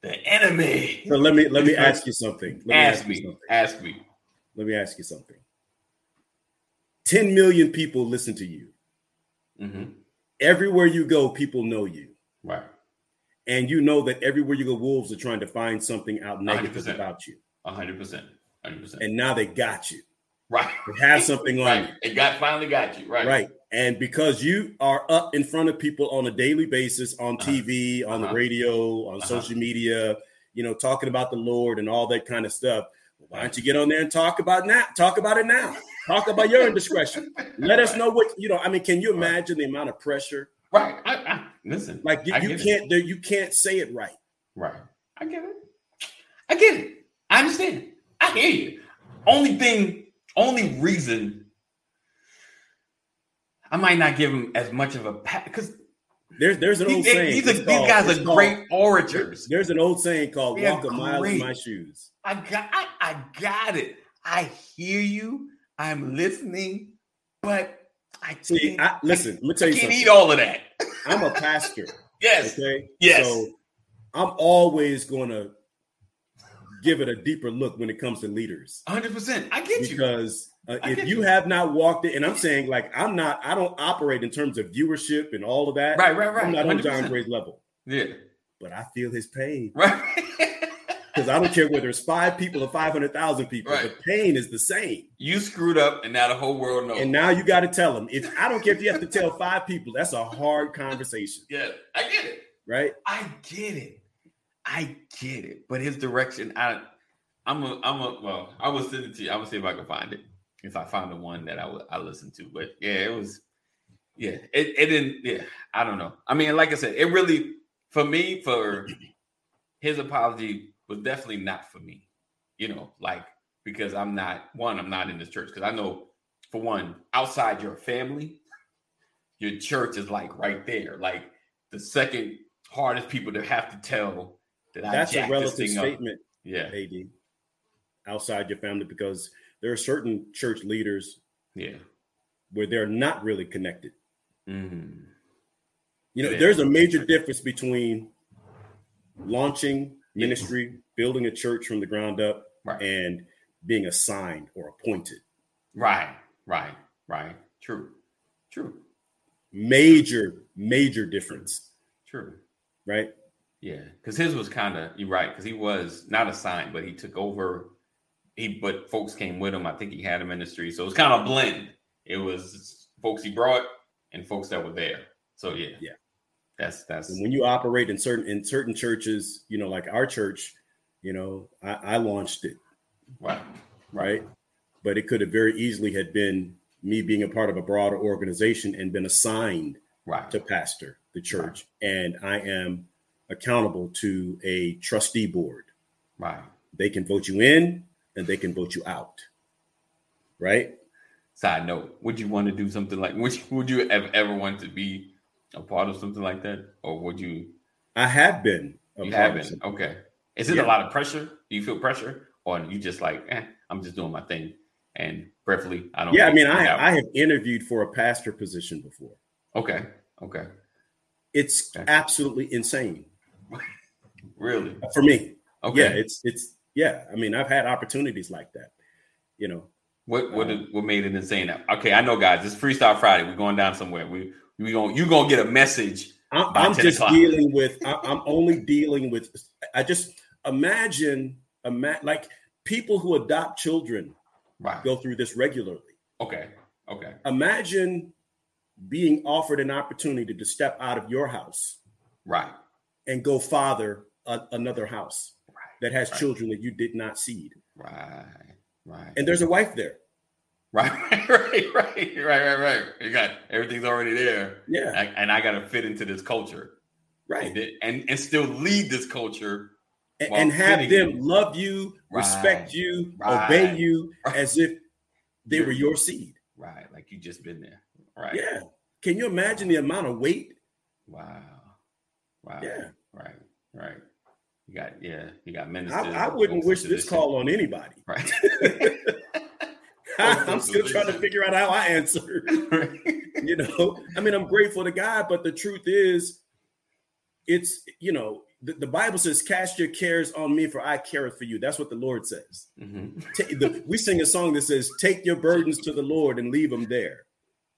B: the enemy.
C: So let me let me ask you something. Let me
B: ask
C: you
B: me,
C: something.
B: ask me.
C: Let me ask you something. 10 million people listen to you.
B: hmm
C: Everywhere you go, people know you.
B: Right,
C: And you know that everywhere you go, wolves are trying to find something out negative
B: 100%.
C: about you.
B: hundred percent, hundred percent.
C: And now they got you.
B: Right,
C: They have something on
B: right. It got finally got you.
C: you.
B: Right,
C: Right. And because you are up in front of people on a daily basis, on
B: Uh-huh.
C: TV, on the
B: Uh-huh.
C: radio, on
B: Uh-huh.
C: social media, you know, talking about the Lord and all that kind of stuff. Why don't you get on there and talk about now? Talk about it now. Talk about your indiscretion. Let us know what you know. I mean, can you
B: Right.
C: imagine the amount of pressure?
B: Right. I, I, listen,
C: Like you,
B: I
C: you
B: get it.
C: can't, there- you can't say it right.
B: Right. I get it. I get it. I understand. I hear you. Only thing, only reason I might not give him as much of a pat because
C: There's there's an old
B: these,
C: saying.
B: these, are-
C: It's
B: these
C: called-
B: guys
C: it's
B: are
C: called-
B: great orators.
C: There's an old saying called
B: They are
C: "Walk a mile in
B: great.
C: my shoes."
B: I got I, I got it. I hear you. I'm listening, but I can't,
C: See, I, listen. Let me
B: I
C: tell you
B: can't
C: something.
B: eat all of that.
C: I'm a pastor.
B: Yes.
C: Okay.
B: Yes.
C: So I'm always going to give it a deeper look when it comes to leaders
B: 100%. I get you.
C: because uh,
B: I
C: if
B: get
C: you
B: you.
C: have not walked it, and I'm saying like I'm not, I don't operate in terms of viewership and all of that.
B: Right, right, right.
C: I'm not on John
B: 100%.
C: Gray's level,
B: Yeah.
C: but I feel his pain
B: Right.
C: because I don't care whether it's five people or five hundred thousand people.
B: Right.
C: The pain is the same.
B: you screwed up and now the whole world knows.
C: And now you got to tell them. If I don't care if you have to tell five people, that's a hard conversation,
B: yeah, I get it.
C: right?
B: I get it. I get it. But his direction, I I'm a I'm a well, I will send it to you. I'm gonna see if I can find it. If I find the one that I would I listened to. But yeah, it was yeah, it, it didn't yeah, I don't know. I mean, like I said, it really for me, for his apology was definitely not for me, you know, like because I'm not one, I'm not in this church. Cause I know for one, outside your family, your church is like right there, like the second hardest people to have to tell that
C: That's
B: I
C: a
B: jacked this
C: relative
B: thing up.
C: statement,
B: Yeah,
C: AD, outside your family, because there are certain church leaders
B: yeah.
C: where they're not really connected.
B: Mm.
C: You know,
B: Yeah.
C: there's a major difference between launching ministry, building a church from the ground up,
B: Right.
C: and being assigned or appointed.
B: Right, right, right. True, true,
C: Major, major difference,
B: true.
C: right?
B: Yeah, because his was kind of you're right. Because he was not assigned, but he took over. He but folks came with him. I think he had a ministry, so it was kind of blend. It was folks he brought and folks that were there. So yeah,
C: Yeah.
B: That's that's
C: And when you operate in certain in certain churches, you know, like our church, you know, I, I launched it,
B: right,
C: right? But it could have very easily had been me being a part of a broader organization and been assigned
B: right,
C: to pastor the church, and I am accountable to a trustee board.
B: right.
C: They can vote you in and they can vote you out, right?
B: Side note: Would you want to do something like? Would you, would you ever ever want to be a part of something like that, or would you?
C: I have been. a
B: You
C: part of
B: haven't.
C: some-
B: Okay. Is it
C: Yeah.
B: a lot of pressure? Do you feel pressure, or you just like, eh, I'm just doing my thing, And briefly, I don't.
C: Yeah, I mean, I, I have interviewed for a pastor position before.
B: Okay. Okay.
C: It's
B: Okay.
C: absolutely insane
B: Really.
C: for me.
B: Okay.
C: Yeah, it's it's yeah. I mean, I've had opportunities like that. You know,
B: What what
C: Uh,
B: did- what made it insane? Okay, I know, guys. It's Freestyle Friday. We're going down somewhere. We we going you gonna get a message.
C: I'm,
B: By
C: I'm
B: 10
C: just
B: o'clock.
C: dealing with. I, I'm only dealing with. I just imagine, ima- like people who adopt children
B: Right.
C: go through this regularly.
B: Okay. Okay.
C: Imagine being offered an opportunity to step out of your house
B: Right.
C: and go father a, another house
B: Right.
C: that has
B: Right.
C: children that you did not seed,
B: Right. Right.
C: and there's a wife there.
B: right. Right. Right. Right. Right. Right. You got everything's already there,
C: Yeah,
B: I, and I got to fit into this culture,
C: right.
B: and, it- and and still lead this culture.
C: and,
B: while
C: and have
B: fitting
C: them
B: in.
C: love you,
B: Right.
C: respect you,
B: Right.
C: obey you
B: Right.
C: as if they were
B: You're-
C: your seed.
B: Right. Like you just been there. Right.
C: Yeah. Can you imagine the amount of weight?
B: Wow. Wow.
C: Yeah.
B: Right. Right. You got yeah. You got ministers.
C: I, I wouldn't wish this call on anybody.
B: Right. Oh,
C: I'm still trying to figure out how I answer. You know, I mean, I'm grateful to God, but the truth is, it's, you know, the, the Bible says, cast your cares on me, for I careth for you. That's what the Lord says.
B: Mhm.
C: Ta- the, we sing a song that says, take your burdens to the Lord and leave them there.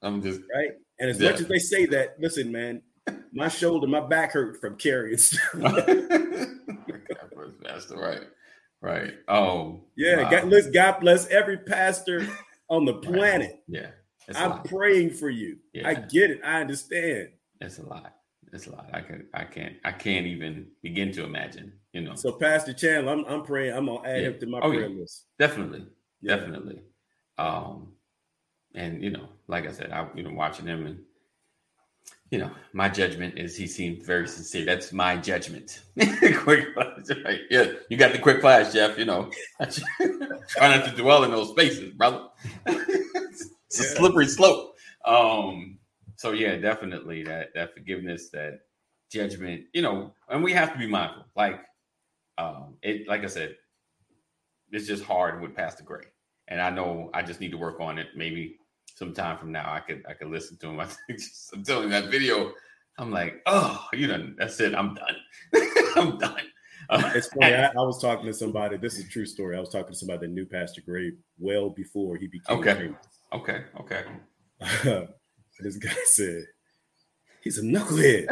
B: I'm just
C: right? And as
B: Yeah.
C: much as they say that, listen, man, my shoulder, my back hurt from carrying. stuff.
B: that's right. Right. Oh.
C: yeah,
B: wow.
C: God, listen, God bless every pastor on the
B: Right.
C: planet.
B: Yeah. It's a
C: I'm
B: lot.
C: praying for you. I
B: Yeah.
C: get it. I understand.
B: It's a lot. It's a lot. I can I can't I can't even begin to imagine, you know.
C: So, Pastor Chandler, I'm, I'm praying. I'm gonna add
B: Oh. Yeah.
C: him to my
B: Oh,
C: prayer
B: yeah.
C: list.
B: definitely.
C: Yeah.
B: Definitely. Um and you know, like I said, I've been watching him and you know, my judgment is he seemed very sincere. That's my judgment. quick flash, right? Yeah, you got the quick flash, Jeff. You know, try not to dwell in those spaces, brother. it's a
C: Yeah.
B: slippery slope. Um, so yeah, definitely that that forgiveness, that judgment, you know, and we have to be mindful. Like, um, it like I said, it's just hard with Pastor Gray, and I know I just need to work on it. Maybe sometime from now, I could I could listen to him. I think just, I'm telling you that video. I'm like, oh, you know, that's it. I'm done. I'm done. Uh,
C: It's funny. I, I was talking to somebody. This is a true story. I was talking to somebody that knew Pastor Gray well before he became
B: Okay.
C: famous.
B: okay, okay.
C: and this guy said, "He's a knucklehead."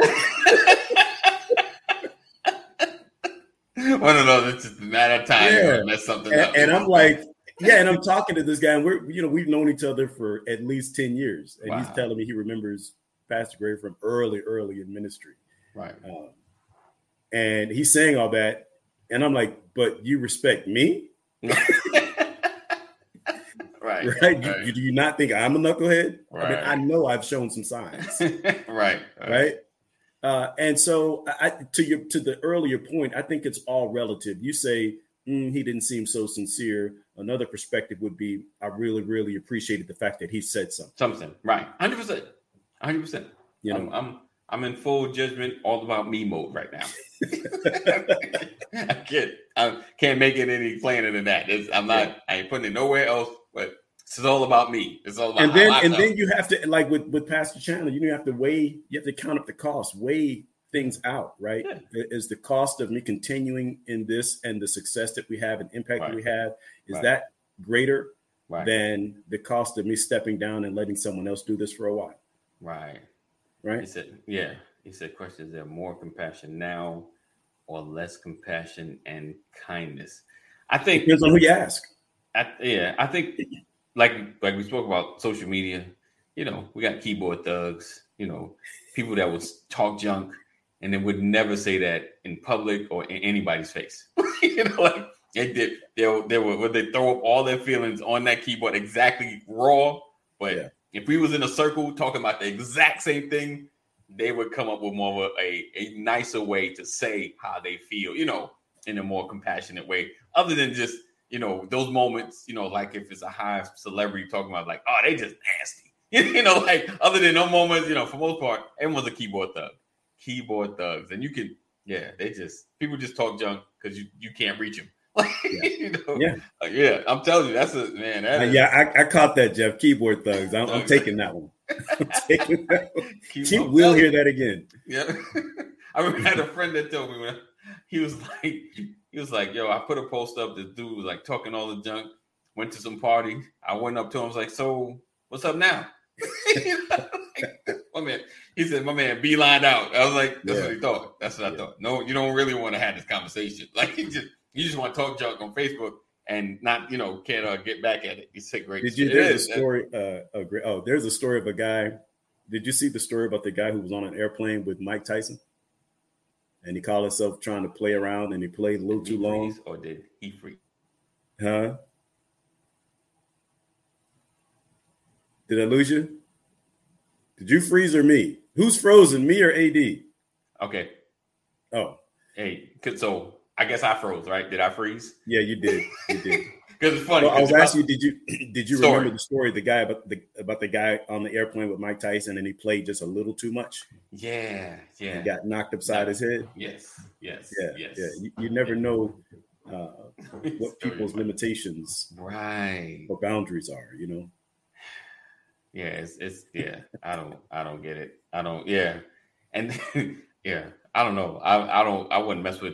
B: One of those. It's just a matter of time.
C: Yeah.
B: Yeah. Mess something up.
C: and, and I'm like, yeah, and I'm talking to this guy, and we're you know we've known each other for at least ten years, and he's
B: Wow.
C: telling me he remembers Pastor Gray from early, early in ministry,
B: right.
C: um, and he's saying all that, and I'm like, but you respect me,
B: Right.
C: right?
B: Right.
C: You- you- do you not think I'm a knucklehead? I mean,
B: Right.
C: I know I've shown some signs,
B: right.
C: right? Uh, and so, I, I- to your to the earlier point, I think it's all relative. You say "Mm, he didn't seem so sincere. Another perspective would be, I really, really appreciated the fact that he said something.
B: Something. Right. Hundred percent. Hundred percent.
C: You know,
B: I'm, I'm I'm in full judgment, all about me mode right now. I can't I can't make it any plainer than that. It's, I'm not. I ain't putting it nowhere else. But it's all about me. It's all about.
C: and then
B: how I
C: and
B: felt.
C: then you have to like with with Pastor Chandler, you know, you have to weigh, you have to count up the cost, weigh things out, right? Is the cost of me continuing in this and the success that we have and impact that we have is
B: Right.
C: that greater
B: right,
C: than the cost of me stepping down and letting someone else do this for a while,
B: right. He
C: right?
B: said, "Yeah." He said, "Question: Is there more compassion now, or less compassion and kindness?" I think
C: Depends on who you ask.
B: I, yeah, I think like like we spoke about social media, you know, we got keyboard thugs, you know, people that would talk junk and then would never say that in public or in anybody's face. you know, like they did they'll they would would they throw up all their feelings on that keyboard exactly raw. But
C: Yeah.
B: if we was in a circle talking about the exact same thing, they would come up with more of a, a nicer way to say how they feel, you know, in a more compassionate way, other than just you know, those moments, you know, like if it's a high celebrity talking about, like, oh, they just nasty. you know, like other than those moments, you know, for most part, everyone's a keyboard thug. Keyboard thugs. And you can, yeah, they just, people just talk junk because you, you can't reach them. Like, yeah. You know, yeah. Like, yeah. I'm telling you, that's a man. That
C: uh,
B: is,
C: yeah, I, I, caught that, Jeff. Keyboard thugs. I'm, I'm taking that one. I'm taking that one. Keep, will hear that again.
B: Yeah. I remember I had a friend that told me when I, he was like, he was like, yo, I put a post up. This dude was like talking all the junk. Went to some party. I went up to him. I was like, so what's up now? you know, like, my man, he said, my man, be lined out. I was like, that's yeah. what he thought. That's what yeah. I thought. No, you don't really want to have this conversation. Like you just you just want to talk junk on Facebook and not, you know, can't uh, get back at it. It's a great.
C: Did you? There's is, a story. Uh, a great, oh, there's a story of a guy. Did you see the story about the guy who was on an airplane with Mike Tyson? And he called himself trying to play around, and he played a little too long.
B: Or did he freak?
C: Huh? Did I lose you? Did you freeze or me? Who's frozen, me or AD?
B: Okay.
C: Oh.
B: Hey, so I guess I froze, right? Did I freeze?
C: Yeah, you did. You did.
B: Because it's funny.
C: Well, I was asking you, did you did you story. remember the story the guy about the about the guy on the airplane with Mike Tyson and he played just a little too much?
B: Yeah, yeah.
C: He got knocked upside
B: yes.
C: his head.
B: Yes, yes,
C: yeah,
B: yes.
C: Yeah. You, you never yeah. know uh, what people's limitations
B: right
C: or boundaries are. You know
B: yeah it's, it's yeah i don't i don't get it i don't yeah and yeah i don't know i i don't i wouldn't mess with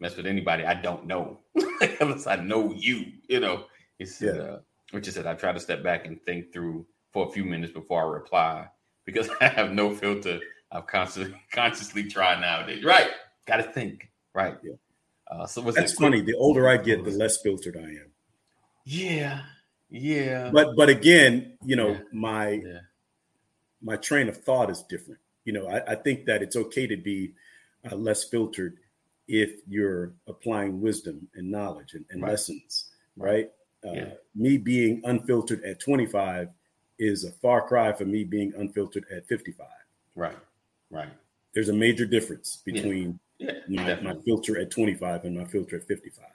B: mess with anybody i don't know unless i know you you know it's yeah. uh, which is that i try to step back and think through for a few minutes before i reply because i have no filter i've consciously consciously tried nowadays right gotta think right yeah.
C: uh, so what's that's it? funny the older i get the less filtered i am
B: yeah yeah.
C: But but again, you know, yeah. my yeah. my train of thought is different. You know, I, I think that it's okay to be uh, less filtered if you're applying wisdom and knowledge and, and right. lessons, right? Uh, yeah. Me being unfiltered at 25 is a far cry from me being unfiltered at 55.
B: Right, right.
C: There's a major difference between you know, my filter at 25 and my filter at 55.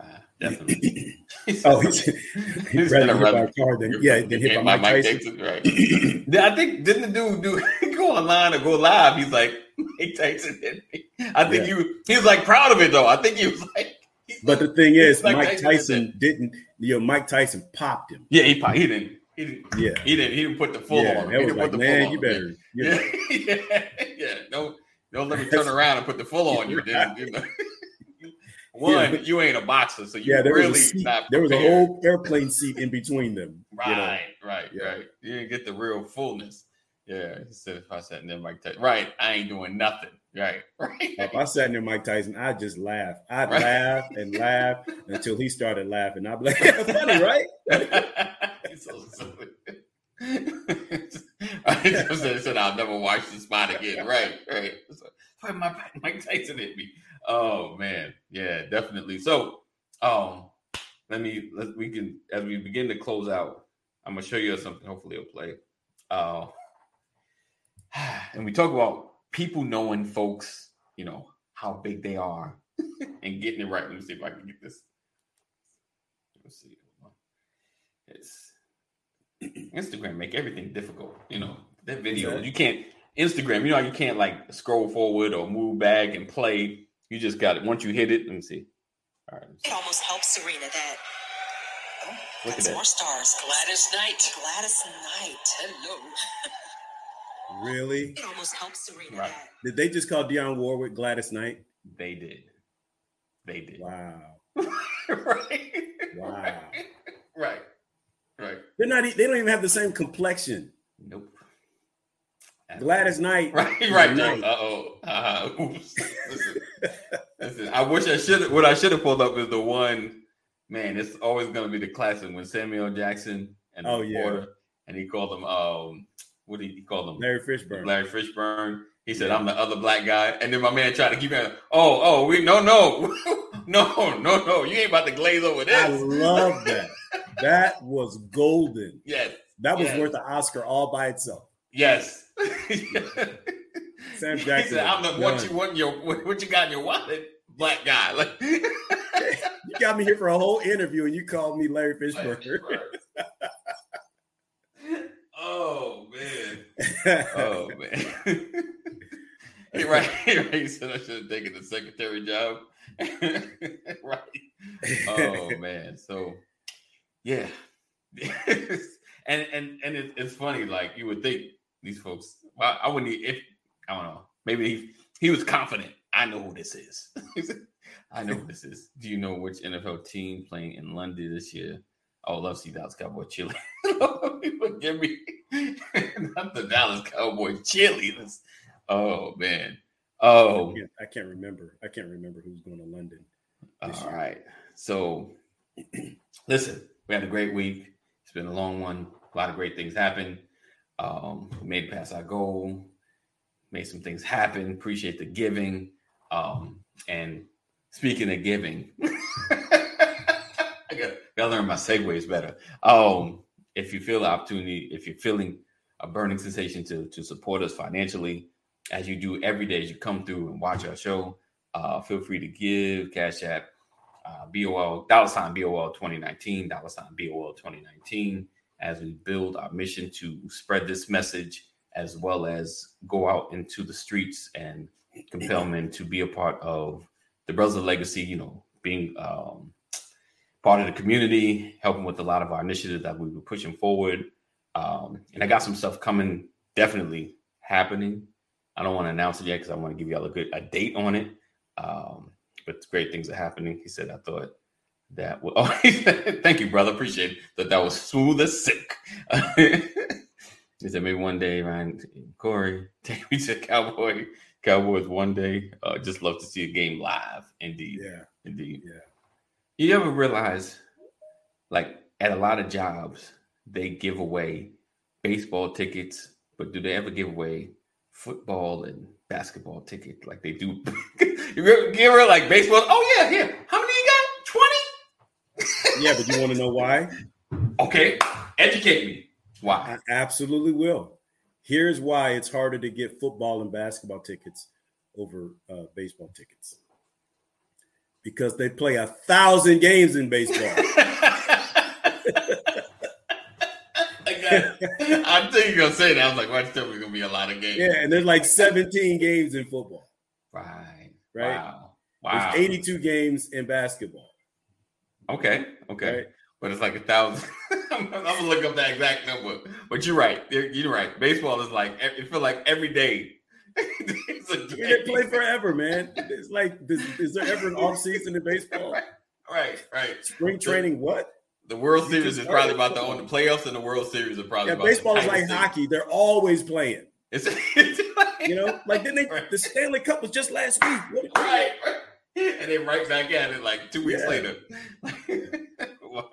B: Uh, definitely.
C: oh, he's, he's rather hit by a car than yeah, than hit by Mike, Mike Tyson.
B: Right. I think didn't the dude do go online or go live? He's like Mike Tyson hit me. I think yeah. you he, he was like proud of it though. I think he was like.
C: But the thing is, like Mike Tyson, didn't. You know, Mike Tyson popped him.
B: Yeah, he he didn't. He didn't, yeah, he didn't. He didn't put the full
C: yeah,
B: on.
C: Him. He like, man, you better.
B: You yeah, yeah, yeah. No, don't let me turn around and put the full on you. Right. you know? One, yeah, but, you ain't a boxer, so you yeah, there really
C: was
B: a
C: seat, There was a whole airplane seat in between them.
B: right, you know? right, yeah. right. You didn't get the real fullness. Yeah, instead if I sat in there, Mike Tyson. Right, I ain't doing nothing. Right, right.
C: If I sat in there, Mike Tyson, I just laugh. I'd right. laugh and laugh until he started laughing. I'd be like, funny, right? so
B: silly. I just said, said, I'll never watch this spot again. Right, right. So, my Mike Tyson hit me. Oh man, yeah, definitely. So, um, let me let we can as we begin to close out. I'm gonna show you something. Hopefully, it'll play. Uh, and we talk about people knowing folks, you know how big they are, and getting it right. Let me see if I can get this. Let's see. It's Instagram make everything difficult. You know that video. You can't Instagram. You know you can't like scroll forward or move back and play. You just got it. Once you hit it, let me see. All right.
D: See. It almost helps Serena that. Oh,
B: Look at that.
D: more stars. Gladys Knight. Gladys Knight.
C: Hello. really?
D: It almost helps Serena right. that.
C: Did they just call Dionne Warwick Gladys Knight?
B: They did. They did.
C: Wow.
B: right.
C: Wow.
B: Right. right. Right.
C: They're not. e, They don't even have the same complexion.
B: Nope.
C: Gladys Knight.
B: Right, right. Knight. Uh-oh. Uh, listen, listen, I wish I should what I should have pulled up is the one man, it's always gonna be the classic when Samuel Jackson and
C: oh, reporter, yeah.
B: and he called him um what did he call him?
C: Larry Fishburne.
B: Larry Fishburne. He said, I'm the other black guy. And then my man tried to keep him. Oh, oh, we no no. no, no, no. You ain't about to glaze over this. I
C: love that. that was golden.
B: Yes.
C: That was
B: yes.
C: worth an Oscar all by itself.
B: Yes.
C: Sam Jackson.
B: Said, I'm the done. what you want your what you got in your wallet, black guy. Like
C: you got me here for a whole interview and you called me Larry Fishburne.
B: oh man. Oh man. Hey, right, right. He said I should have taken the secretary job. right. oh man, so yeah, and and and it, it's funny. Like you would think these folks. Well, I wouldn't e, if I don't know. Maybe he, he was confident. I know who this is. I know who this is. Do you know which NFL team playing in London this year? Oh, love to see Dallas Cowboy chili. Forgive me, not the Dallas Cowboy chili. That's, oh man. Oh,
C: I can't, I can't remember. I can't remember who's going to London.
B: All right. So, listen, we had a great week. It's been a long one. A lot of great things happened. Um, we made it past our goal. Made some things happen. Appreciate the giving. Um, and speaking of giving, I gotta, gotta learn my segues better. Um, if you feel the opportunity, if you're feeling a burning sensation to to support us financially, as you do every day as you come through and watch our show, uh, feel free to give Cash App uh, BOL, dollar sign BOL 2019, dollar sign BOL 2019, as we build our mission to spread this message as well as go out into the streets and compel men to be a part of the Brother Legacy, you know, being um, part of the community, helping with a lot of our initiatives that we were pushing forward. Um, and I got some stuff coming, definitely happening. I don't want to announce it yet because I want to give y'all a good a date on it. Um, but great things are happening. He said, I thought that was, oh, he said, thank you, brother. Appreciate it. That that was smooth as silk. he said, maybe one day, Ryan, Corey, take me to Cowboy, Cowboys one day. Uh, just love to see a game live. Indeed.
C: Yeah,
B: Indeed.
C: yeah.
B: You ever realize, like, at a lot of jobs, they give away baseball tickets, but do they ever give away football and basketball tickets like they do? you ever give her like baseball? Oh yeah, yeah. How many you got? Twenty.
C: Yeah, but you want to know why?
B: Okay, educate me. Why?
C: I absolutely will. Here's why it's harder to get football and basketball tickets over uh, baseball tickets because they play a thousand games in baseball.
B: I got it. I think you're gonna say that. I was like, why tell me it's gonna be a lot of games?
C: yeah, and there's like 17 games in football,
B: Right.
C: right?
B: Wow. Wow.
C: There's 82 games in basketball.
B: Okay. Okay.
C: Right.
B: But it's like a thousand. I'm gonna look up that exact number. But you're right. You're you're right. Baseball is like it feel like every day. it's a
C: I mean, they
B: game.
C: play forever, man. It's like, is, is there ever an off season in baseball?
B: Right. Right.
C: Spring training, what?
B: The World
C: You
B: Series
C: just
B: is probably
C: started
B: about the only the playoffs, and the World Series are probably
C: Yeah,
B: about
C: baseball
B: the
C: is like
B: tightest thing.
C: hockey. They're always playing.
B: It's, it's like,
C: You know, like didn't they?
B: Right.
C: The Stanley Cup was just last week. What-
B: right, right. and then right back at it like two weeks
C: Yeah.
B: later. Wow.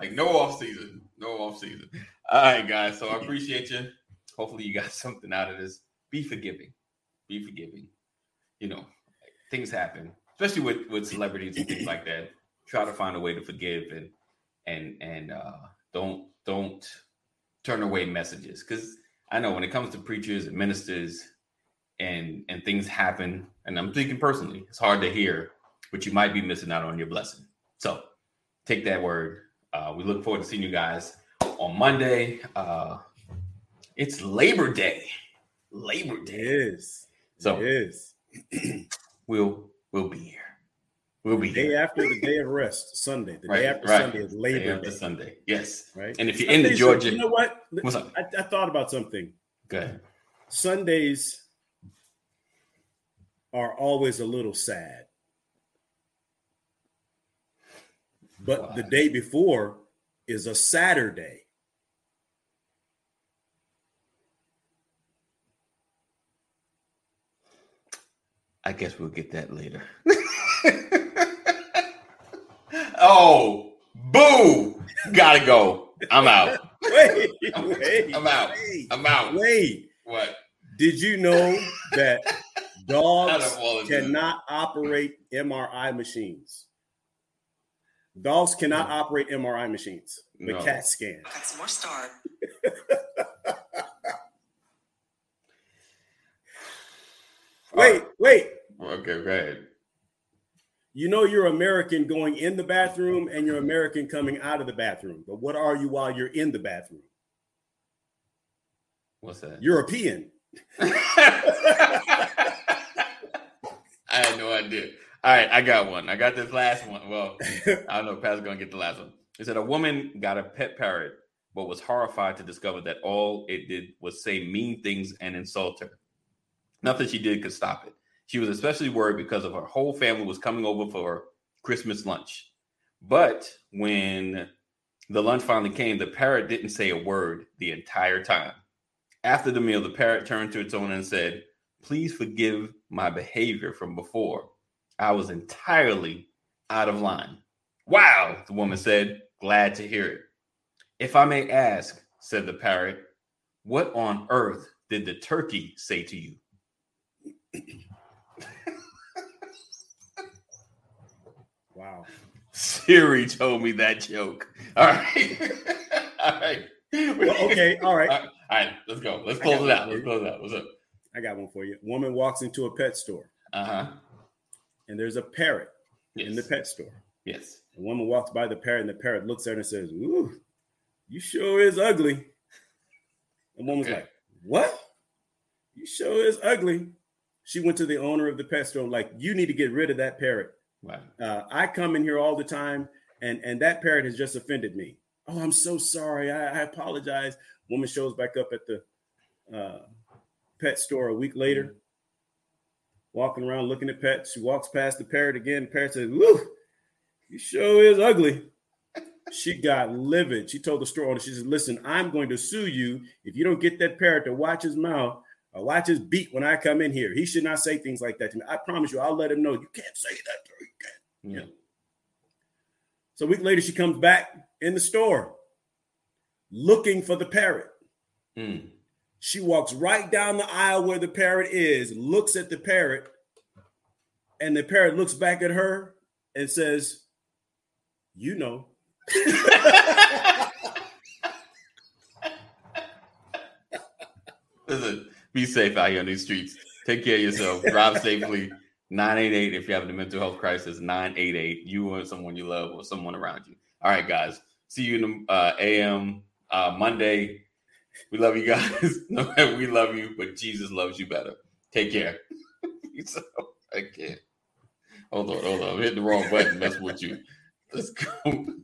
B: like no off season, no off season. All right, guys. So I appreciate you. Hopefully, you got something out of this. Be forgiving. Be forgiving. You know, things happen, especially with with celebrities and things like that. Try to find a way to forgive and and and uh, don't don't turn away messages because I know when it comes to preachers and ministers and and things happen, and I'm thinking personally, it's hard to hear, but you might be missing out on your blessing. So take that word. Uh, we look forward to seeing you guys on Monday. Uh, it's Labor Day. Labor
C: It
B: Day.
C: is.
B: So
C: It is.
B: we'll we'll be here. We'll be
C: Day
B: here.
C: after the day of rest, Sunday. The
B: Right,
C: day after
B: right.
C: Sunday is Labor
B: Day after
C: Day.
B: Sunday. Yes.
C: Right.
B: And if you're in the
C: Sundays are-
B: Georgia,
C: you know what?
B: what's up?
C: I, I thought about something.
B: Good.
C: Sundays are always a little sad, but the
B: Why?
C: day before is a Saturday.
B: I guess we'll get that later. oh, boo! Gotta go. I'm out.
C: Wait, wait,
B: I'm out.
C: Wait,
B: I'm out.
C: wait.
B: What?
C: Did you know that
B: Out
C: dogs
B: of all of this.
C: cannot operate MRI machines. Dogs cannot operate MRI machines, but
B: No. Uh,
C: cat scan.
D: Got some more star.
C: Wait, wait.
B: Okay, go ahead.
C: You know you're American going in the bathroom and you're American coming out of the bathroom. But what are you while you're in the bathroom?
B: What's that?
C: European.
B: I had no idea. All right, I got one. I got this last one. Well, I don't know. Pat's gonna get the last one. It said a woman got a pet parrot, but was horrified to discover that all it did was say mean things and insult her. Nothing she did could stop it. She was especially worried because of her whole family was coming over for Christmas lunch. But when the lunch finally came, the parrot didn't say a word the entire time. After the meal, the parrot turned to its owner and said, Please forgive my behavior from before. I was entirely out of line. Wow, the woman said, glad to hear it. If I may ask, said the parrot, what on earth did the turkey say to you?
C: Wow.
B: Siri told me that joke. All right. all right.
C: Well, okay. All right.
B: All right. All right. Let's go. Let's close it out. Let's close it out. What's up?
C: I got one for you. Woman walks into a pet store
B: Uh huh.
C: and there's a parrot
B: Yes.
C: in the pet store.
B: Yes.
C: The woman walks by the parrot and the parrot looks at her and says, Ooh, you sure is ugly. The woman's
B: Okay.
C: like, What? You sure is ugly. She went to the owner of the pet store, like, you need to get rid of that parrot.
B: Wow.
C: uh, I come in here all the time, and and that parrot has just offended me. Oh, I'm so sorry. I, I apologize. Woman shows back up at the uh, pet store a week later, walking around looking at pets. She walks past the parrot again. The parrot says, "Woo, you sure is ugly." She got livid. She told the store owner, she says, Listen, I'm going to sue you if you don't get that parrot to watch his mouth or watch his beak when I come in here. He should not say things like that to me. I promise you, I'll let him know you can't say that to him.
B: Yeah.
C: So a week later, she comes back in the store looking for the parrot.
B: Mm.
C: She walks right down the aisle where the parrot is, looks at the parrot, and the parrot looks back at her and says, You know.
B: Listen, be safe out here on these streets. Take care of yourself. Drive safely. 988 if you're having a mental health crisis. 988. You or someone you love or someone around you. All right, guys. See you in the uh, AM uh, Monday. We love you guys. No, we love you, but Jesus loves you better. Take care. so, I can't. Hold on, hold on. I'm hitting the wrong button. That's what you. Let's go.